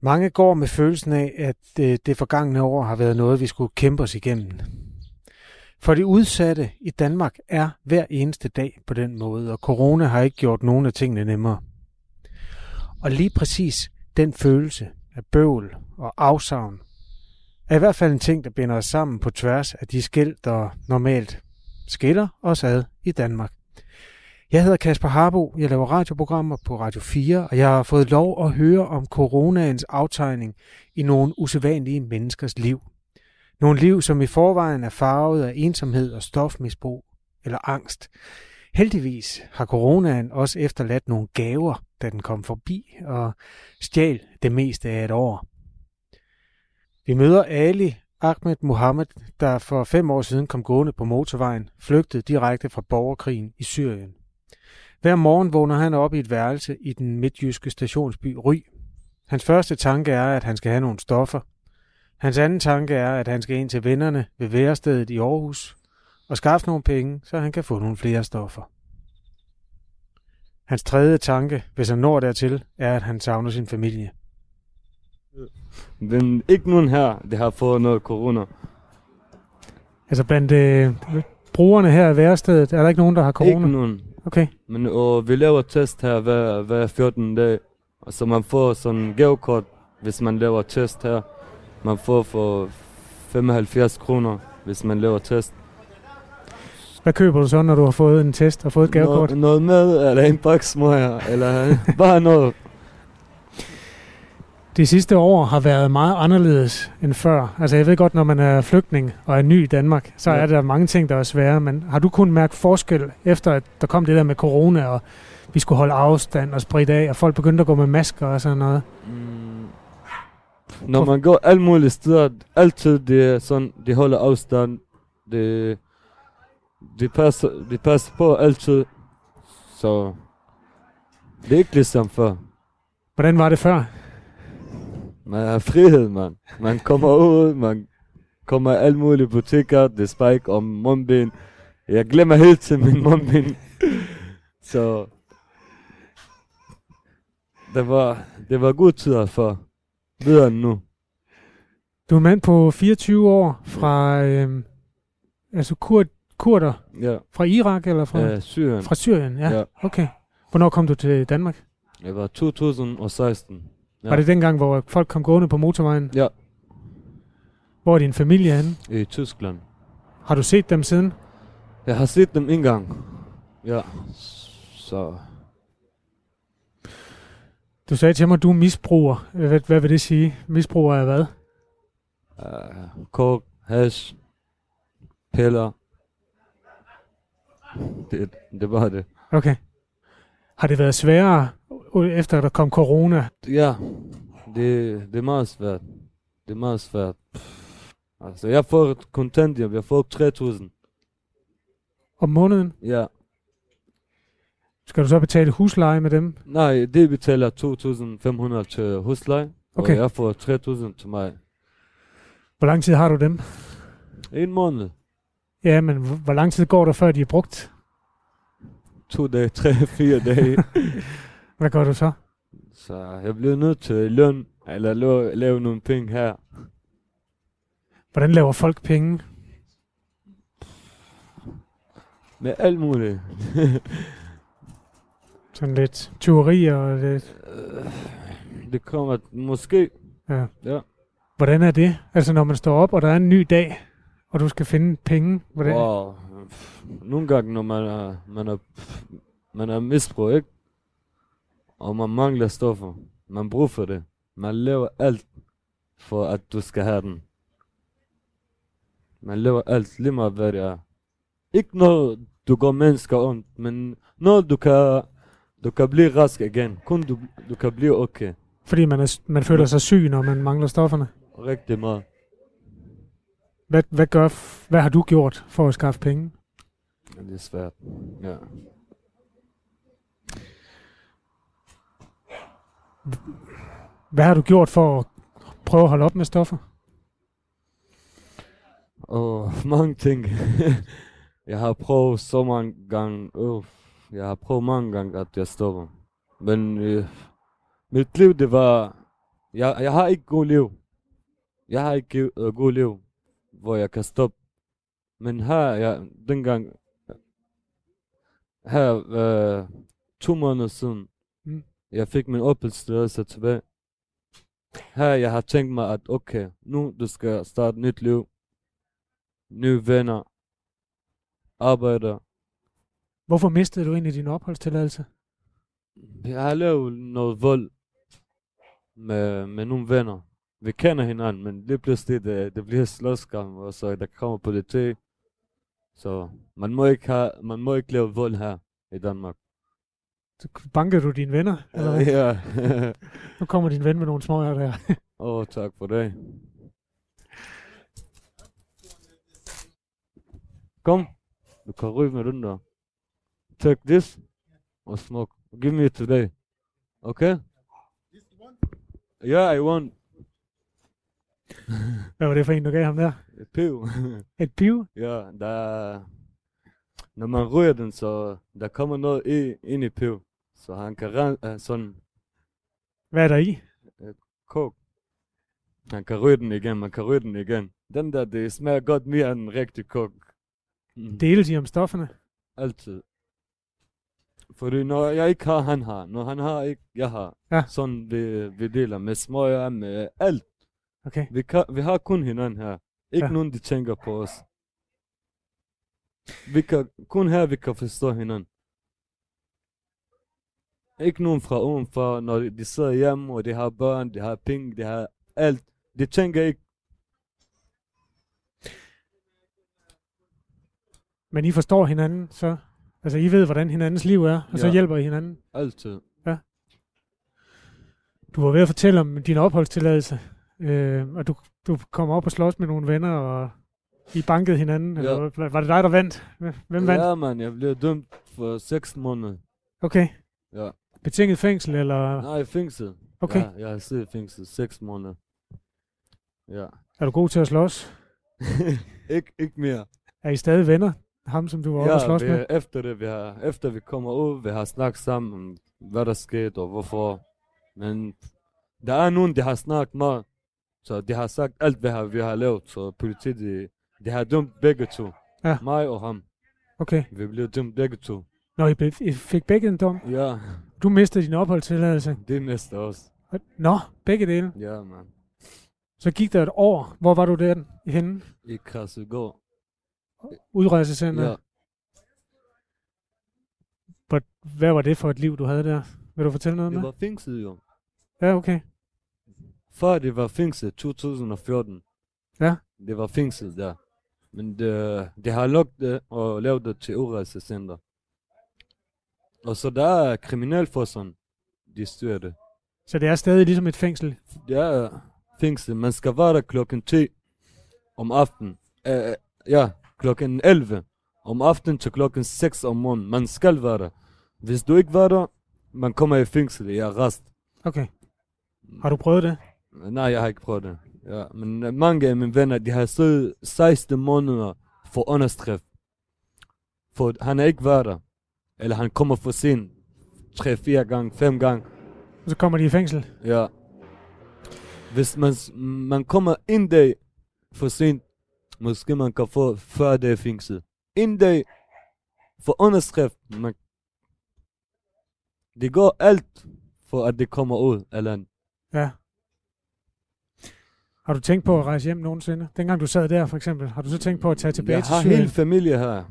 Mange går med følelsen af, at øh, det forgangne år har været noget, vi skulle kæmpe os igennem. For de udsatte i Danmark er hver eneste dag på den måde, og corona har ikke gjort nogen af tingene nemmere. Og lige præcis den følelse af bøvl og afsavn er i hvert fald en ting, der binder os sammen på tværs af de skæld, der normalt skiller os ad i Danmark. Jeg hedder Kasper Harbo, jeg laver radioprogrammer på Radio 4, og jeg har fået lov at høre om coronaens aftegning i nogle usædvanlige menneskers liv. Nogle liv, som i forvejen er farvet af ensomhed og stofmisbrug eller angst. Heldigvis har coronaen også efterladt nogle gaver, da den kom forbi og stjal det meste af et år. Vi møder Ali Ahmed Mohammed, der for fem år siden kom gående på motorvejen, flygtede direkte fra borgerkrigen i Syrien. Hver morgen vågner han op i et værelse i den midtjyske stationsby Ry. Hans første tanke er, at han skal have nogle stoffer. Hans anden tanke er, at han skal ind til vennerne ved værestedet i Aarhus og skaffe nogle penge, så han kan få nogle flere stoffer. Hans tredje tanke, hvis han når dertil, er, at han savner sin familie. Men ikke nogen her, der har fået noget corona. Altså blandt øh, brugerne her i værestedet, er der ikke nogen, der har corona? Ikke nogen. Okay. Men og vi laver test her hver, hver 14 dag. Og så man får sådan gavekort, hvis man laver test her. Man får for 75 kroner, hvis man laver test. Hvad køber du så, når du har fået en test og fået et gavekort? Noget, noget med, eller en pakke smøger, eller bare noget. De sidste år har været meget anderledes end før. Altså jeg ved godt, når man er flygtning og er ny i Danmark, så ja. er der mange ting, der er svære. Men har du kun mærke forskel efter, at der kom det der med corona, og vi skulle holde afstand og spritte af, og folk begyndte at gå med masker og sådan noget? Mm. Når man går alle mulige steder, altid det er sådan, de holder afstand. Det, de, passer, de passer på altid. Så det er ikke ligesom før. Hvordan var det før? Man har frihed, man. Man kommer ud, man kommer i alle mulige butikker, det er spike om mundbind. Jeg glemmer helt til min mundbind. Så det var, det var god tid for videre nu. Du er en mand på 24 år fra øh, altså kur, kurder Ja, fra Irak eller fra, øh, Syrien. fra Syrien? Ja. Ja. Okay. Hvornår kom du til Danmark? Det var 2016. Ja. Ja. Var det dengang, hvor folk kom gående på motorvejen? Ja. Hvor er din familie henne? I Äh, Tyskland. Har du set dem siden? Jeg har set dem en gang. Ja, så... Du sagde til mig, du er misbruger. Hvad, hvad vil det sige? Misbruger af hvad? Uh, kog, hash, piller. Det, det var det. Okay. Har det været sværere, u- efter der kom corona? Ja, det, det er meget svært. Det er meget svært. Altså, jeg får et kontanthjem. Jeg får 3.000. Om måneden Ja. skal du så betale husleje med dem. Nej, det betaler 2.500 til husleje. Okay. Og jeg får 3.000 til mig. Hvor lang tid har du dem? En måned. Ja, men h- hvor lang tid går der, før de er brugt? To dage, tre, fire dage. Hvad gør du så? Så jeg blev nødt til løn, eller lave, lave nogle penge her. Hvordan laver folk penge? Med alt muligt. Sådan lidt tyveri og lidt. Øh, Det kommer måske. Ja. Ja. Hvordan er det? Altså, når man står op, og der er en ny dag, og du skal finde penge. Hvordan? Wow. Wow. Pff, Nogle gange, når man er, man er, pff, man er misbrug, ikke? Og man mangler stoffer. Man bruger for det. Man laver alt, for at du skal have den. Man laver alt, lige meget hvad det er. Ikke når du går mennesker ondt, men når du kan, du kan blive rask igen. Kun du, du kan blive okay. Fordi man, er, s- man føler sig syg, når man mangler stofferne. Rigtig meget. Hvad, hvad, gør, f- hvad har du gjort for at skaffe penge? Men Det er svært. Ja. Hvad har du gjort for at prøve at holde op med stoffer? Og mange ting. jeg har prøvet så mange gange. Øh, jeg har prøvet mange gange, at jeg stopper. Men øh, mit liv, det var Jeg, jeg har ikke god liv. Jeg har ikke øh, god liv, hvor jeg kan stoppe. Men her, jeg, dengang, her øh, to måneder siden, Mm. mm. jeg fik min opholdstilladelse tilbage. Her, jeg har tænkt mig, at okay, nu du skal starte nyt liv. Nye venner. Arbejder. Hvorfor mistede du egentlig din opholdstilladelse? Jeg har lavet noget vold med, med nogle venner. Vi kender hinanden, men lige pludselig det, det bliver slåskamp, og så der kommer politi. Så man må ikke, have, man må ikke lave vold her i Danmark. Så bankede du dine venner? Eller hvad? ja. Nu kommer din ven med nogle smøger der. Åh, oh, tak for det. Kom, du kan ryge med den der. Take this og smoke. Give me it today. Okay? Yeah, I want Hvad var det for en, du gav ham der? a pill. Et piv? Ja, der... Når man ryger den, så der kommer noget i, ind i piv. Så han kan rende uh, sådan Hvad er der i? kog. Han kan ryge den igen, man kan ryge den igen. Den der, det smager godt mere end en rigtig kog. Mm. Deles I om stofferne? Altid. Fordi når jeg ikke har, han har. Når han har ikke, jeg har. Ja. Sådan vi, vi deler med smøger, med alt. Okay. Vi, kan, vi har kun hinanden her. Ja. Ikke ja. nogen, de tænker på os. Vi kan, kun her, vi kan forstå hinanden. Ikke nogen fra ovenfor, når de- de sidder hjemme, og de har børn, de har penge, de har alt. De tænker ikke, Men I forstår hinanden, så... Altså, I ved, hvordan hinandens liv er, og så Ja. hjælper I hinanden. altid. Du var ved at fortælle om din opholdstilladelse, øh, og du, du kom op og slås med nogle venner, og I bankede hinanden. Ja. Ja. Eller, var- var det dig, der vandt? Hvem- Hvem vandt? Ja. Ja, man, jeg blev dømt for 6 måneder. Okay. Ja. Betinget fængsel, eller Nej, fængsel. Ah. Okay. Ja, jeg har siddet i fængsel 6 måneder. Ja. er du god til at slås? ikke, ikke mere. Er I stadig venner? Ham, som du var ja, oppe og slås Ja, med? vi, efter, det, vi har, efter vi kommer ud, vi har snakket sammen om, hvad der skete og hvorfor. Men der er nogen, der har snakket meget. Så de har sagt alt, hvad har- vi har lavet. Så politiet, de, de har dømt begge to. Ja. Mig og ham. Okay. Vi blev dømt begge to. Nå, I, blev, I fik begge en dom. Ja, Du mistede din opholdstilladelse. det mister os. Nå, begge dele. Ja, man. Så gik der et år. Hvor var du der henne? I Krasnogård. Udrejsecenter. Ja. Ja. Hvad var det for et liv, du havde der? Vil du fortælle noget Det om det? var fængsel, jo. Ja, okay. Før det var fængsel 2014. Ja. Det var fængsel der. Men øh, det, de har lukket det og lavet det til udrejsecenter. Og så der er kriminalforsorgen, de styrer det. Så det er stadig ligesom et fængsel. Det er fængsel. Man skal være der klokken 10 om aftenen. Øh, ja, klokken 11 om aftenen til klokken 6 om morgenen. Man skal være der. Hvis du ikke var der, man kommer i fængsel i arrest. Okay. Har du prøvet det? Nej, jeg har ikke prøvet det. Ja, men øh, mange af mine venner, de har siddet 16 måneder for understræf. For han er ikke været der. Eller han kommer for sent. 3-4 gange, 5 gange. Og så kommer de i fængsel. Ja. Hvis man, s- man kommer en dag for sent, måske man kan få 40 dage fængsel. En dag for underskrift. Man, det går alt for at det kommer ud af landet. Ja. Har du tænkt på at rejse hjem nogensinde? Dengang du sad der, for eksempel, har du så tænkt på at tage tilbage jeg til har Syrien? hele familie her.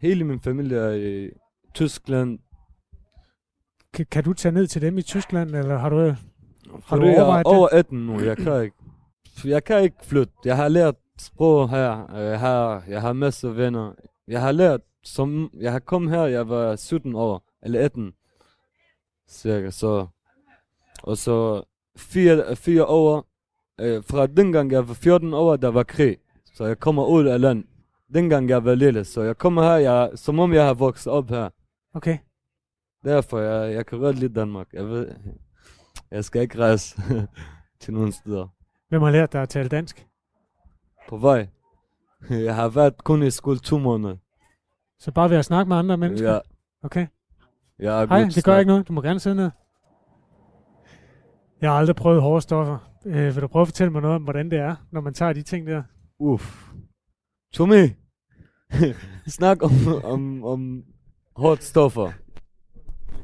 Hele min familie er i Tyskland. Kan, kan du tage ned til dem i Tyskland, eller har du... Har du du jeg overvejet er det? over 18 nu. Jeg kan ikke. Jeg kan ikke flytte. Jeg har lært sprog her. Jeg har, jeg har masser af venner. Jeg har lært, som jeg har kommet her, jeg var 17 år, eller 18, cirka, så. Og så fire, fire år, øh, fra dengang jeg var 14 år, der var krig. Så jeg kommer ud af land. Dengang jeg var lille, så jeg kommer her, jeg, som om jeg har vokset op her. Okay. Derfor, jeg, jeg kan godt lide Danmark. Jeg, ved, jeg skal ikke rejse til nogen steder. Hvem har lært dig at tale dansk? På vej. Jeg har været kun i skole to måneder. Så bare ved at snakke med andre mennesker? Ja, Okay. jeg er Hej, god til det gør snak. ikke noget. Du må gerne sidde ned. Jeg har aldrig prøvet hårde stoffer. Øh, vil du prøve at fortælle mig noget om, hvordan det er, når man tager de ting der? Uff. Tommy, snak om, om, om hårdt stoffer. kan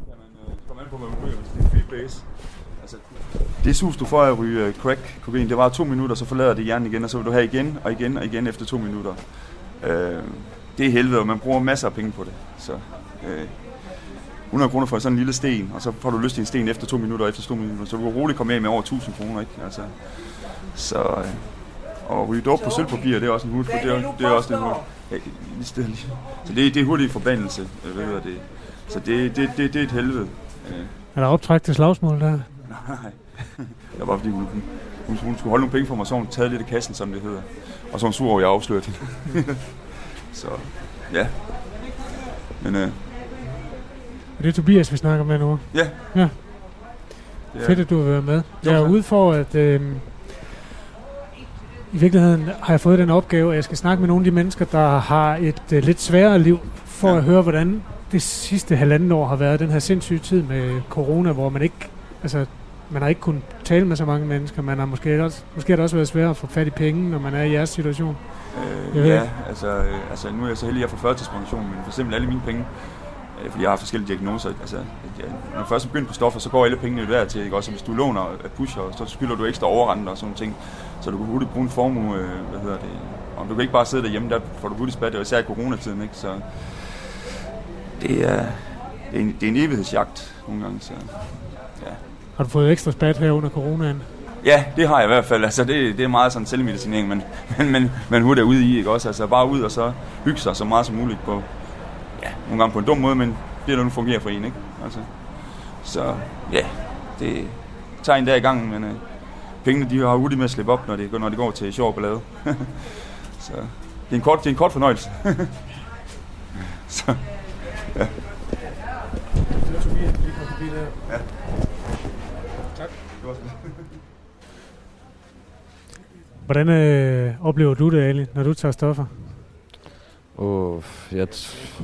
man øh, komme an på, hvad man ryger, hvis det er free base. Altså, det sus, du får af at ryge øh, crack, kokain, det var to minutter, så forlader det hjernen igen, og så vil du have igen og igen og igen efter to minutter. Øh, det er helvede, og man bruger masser af penge på det. Så, øh, 100 kroner for sådan en lille sten, og så får du lyst til en sten efter to minutter, og efter to minutter, så du kan roligt komme af med over 1000 kroner, ikke? Altså, så, øh, og ryge dope på sølvpapir, det er også en hul, for det er, det er også en hul. Ja, lige stille lige. Så det, det er hurtig forbandelse, øh, hvad hedder det. Så det, det, det, det er et helvede. Øh, Er der optræk til slagsmål der? nej, det var bare fordi, hun, hun, hun, hun skulle holde nogle penge for mig, så hun taget lidt af kassen, som det hedder. Og så var hun sur over, at jeg afslørede hende. så ja. Men øh, Og det er Tobias, vi snakker med nu. ja. Ja. Det Ja. er- Fedt, at du har været med. Jeg er tak. ude for, at øh, i virkeligheden har jeg fået den opgave, at jeg skal snakke med nogle af de mennesker, der har et øh, lidt sværere liv, for ja. Ja. at høre, hvordan det sidste halvanden år har været den her sindssyge tid med corona, hvor man ikke, altså, man har ikke kunnet tale med så mange mennesker. Man har måske også, måske har det også været svært at få fat i penge, når man er i jeres situation. Jeg Øh, ved ja, ikke. altså, øh, altså nu er jeg så heldig, at jeg får førtidspension, men for eksempel alle mine penge, øh, fordi jeg har forskellige diagnoser, altså, at jeg, når jeg først begynder på stoffer, så går alle pengene i vejret til, ikke? også hvis du låner af pusher, så skylder du ekstra overrente og sådan nogle ting, så du kan hurtigt bruge en formue, øh, hvad hedder det, og du kan ikke bare sidde derhjemme, der får du hurtigt spat, og især i coronatiden, ikke? så det er, det er, en, det er en evighedsjagt nogle gange, så Har du fået ekstra spat her under coronaen? Ja, det har jeg i hvert fald. Altså, det, det er meget sådan selvmedicinering, men, men, men, men hurtigt er ude i, ikke også? Altså, bare ud og så hygge sig så meget som muligt på, ja, nogle gange på en dum måde, men det der nu fungerer for en, ikke? Altså, så ja, det tager en dag i gangen, men øh, pengene de har hurtigt med at slippe op, når det, når det går til sjov ballade. så det er en kort, det er en kort fornøjelse. så Hvordan øh, oplever du det, Ali, når du tager stoffer? Uff, jeg... T-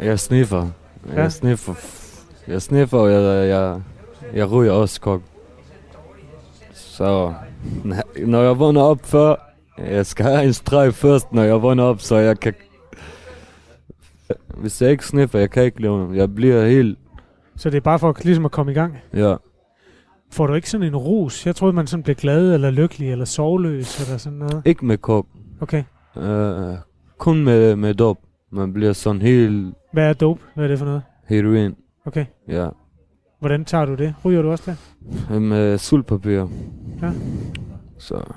jeg sniffer. Jeg Ja. sniffer. Jeg sniffer, og jeg, jeg, jeg ryger også kok. Så n- når jeg vågner op før, jeg skal have en streg først, når jeg vågner op, så jeg kan... Hvis jeg ikke sniffer, jeg kan ikke leve. Jeg bliver helt... Så det er bare for ligesom at komme i gang? Ja. Får du ikke sådan en rus? Jeg troede, man sådan blev glad, eller lykkelig, eller sovløs, eller sådan noget. Ikke med kok. Okay. Uh, kun med, med dop. Man bliver sådan helt Hvad er dope? Hvad er det for noget? heroin. Okay. Ja. Hvordan tager du det? Ryger du også det? Med sultpapir. Ja. Så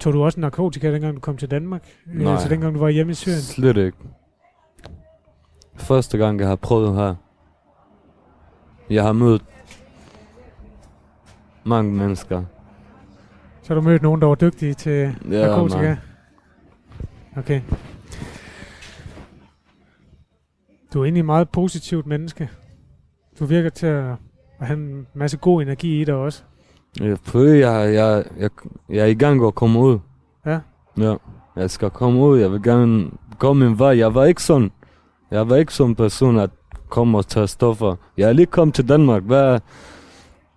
Tog du også narkotika, dengang du kom til Danmark? Øh, Nej. Altså dengang du var hjemme i Syrien? slet ikke. Første gang, jeg har prøvet her. Jeg har mødt mange mennesker. Så har du mødt nogen, der var dygtige til Ja, narkotika? man. Okay. Du er egentlig et meget positivt menneske. Du virker til at at have en masse god energi i dig også. Jeg prøver, Øh, jeg, jeg, jeg, jeg er i gang med at komme ud. Ja. Ja. Jeg skal komme ud, jeg vil gerne gå min vej. Jeg var ikke sådan, jeg var ikke sådan en person, at komme og tage stoffer. Jeg er lige kommet til Danmark. Hvad,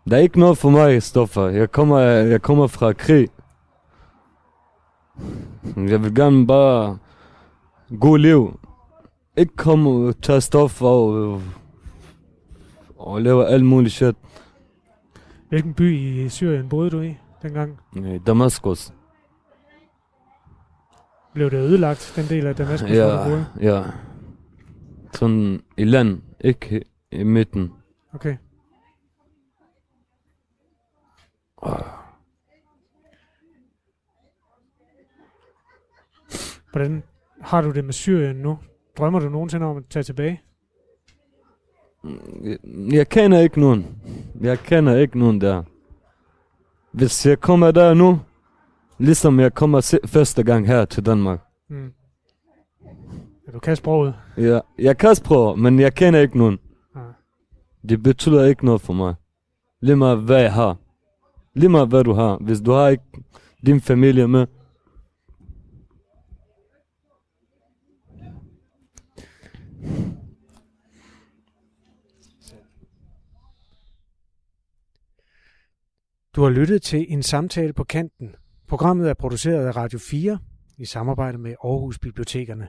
der er ikke noget for mig, stoffer. Jeg kommer, jeg kommer fra krig. Jeg vil gerne bare god liv. Ikke komme og tage stoffer og, og lave alt muligt shit. Hvilken by i Syrien boede du i dengang? I Øh, Damaskus. Blev det ødelagt, den del af Damaskus, ja. hvor du Ja, boede? ja. Sådan i land, ikke i midten. Okay. Hvordan har du det med Syrien nu? Drømmer du nogensinde om at tage tilbage? Jeg, jeg kender ikke nogen. Jeg kender ikke nogen der. Hvis jeg kommer der nu, ligesom jeg kommer se- første gang her til Danmark. Mm. Ja, du kan sproget. Ja, jeg kan sprog, men jeg kender ikke nogen. Nej. Det betyder ikke noget for mig. Lige meget hvad jeg har. Lige meget hvad du har. Hvis du har ikke din familie med, Du har lyttet til en samtale på kanten. Programmet er produceret af Radio 4 i samarbejde med Aarhus Bibliotekerne.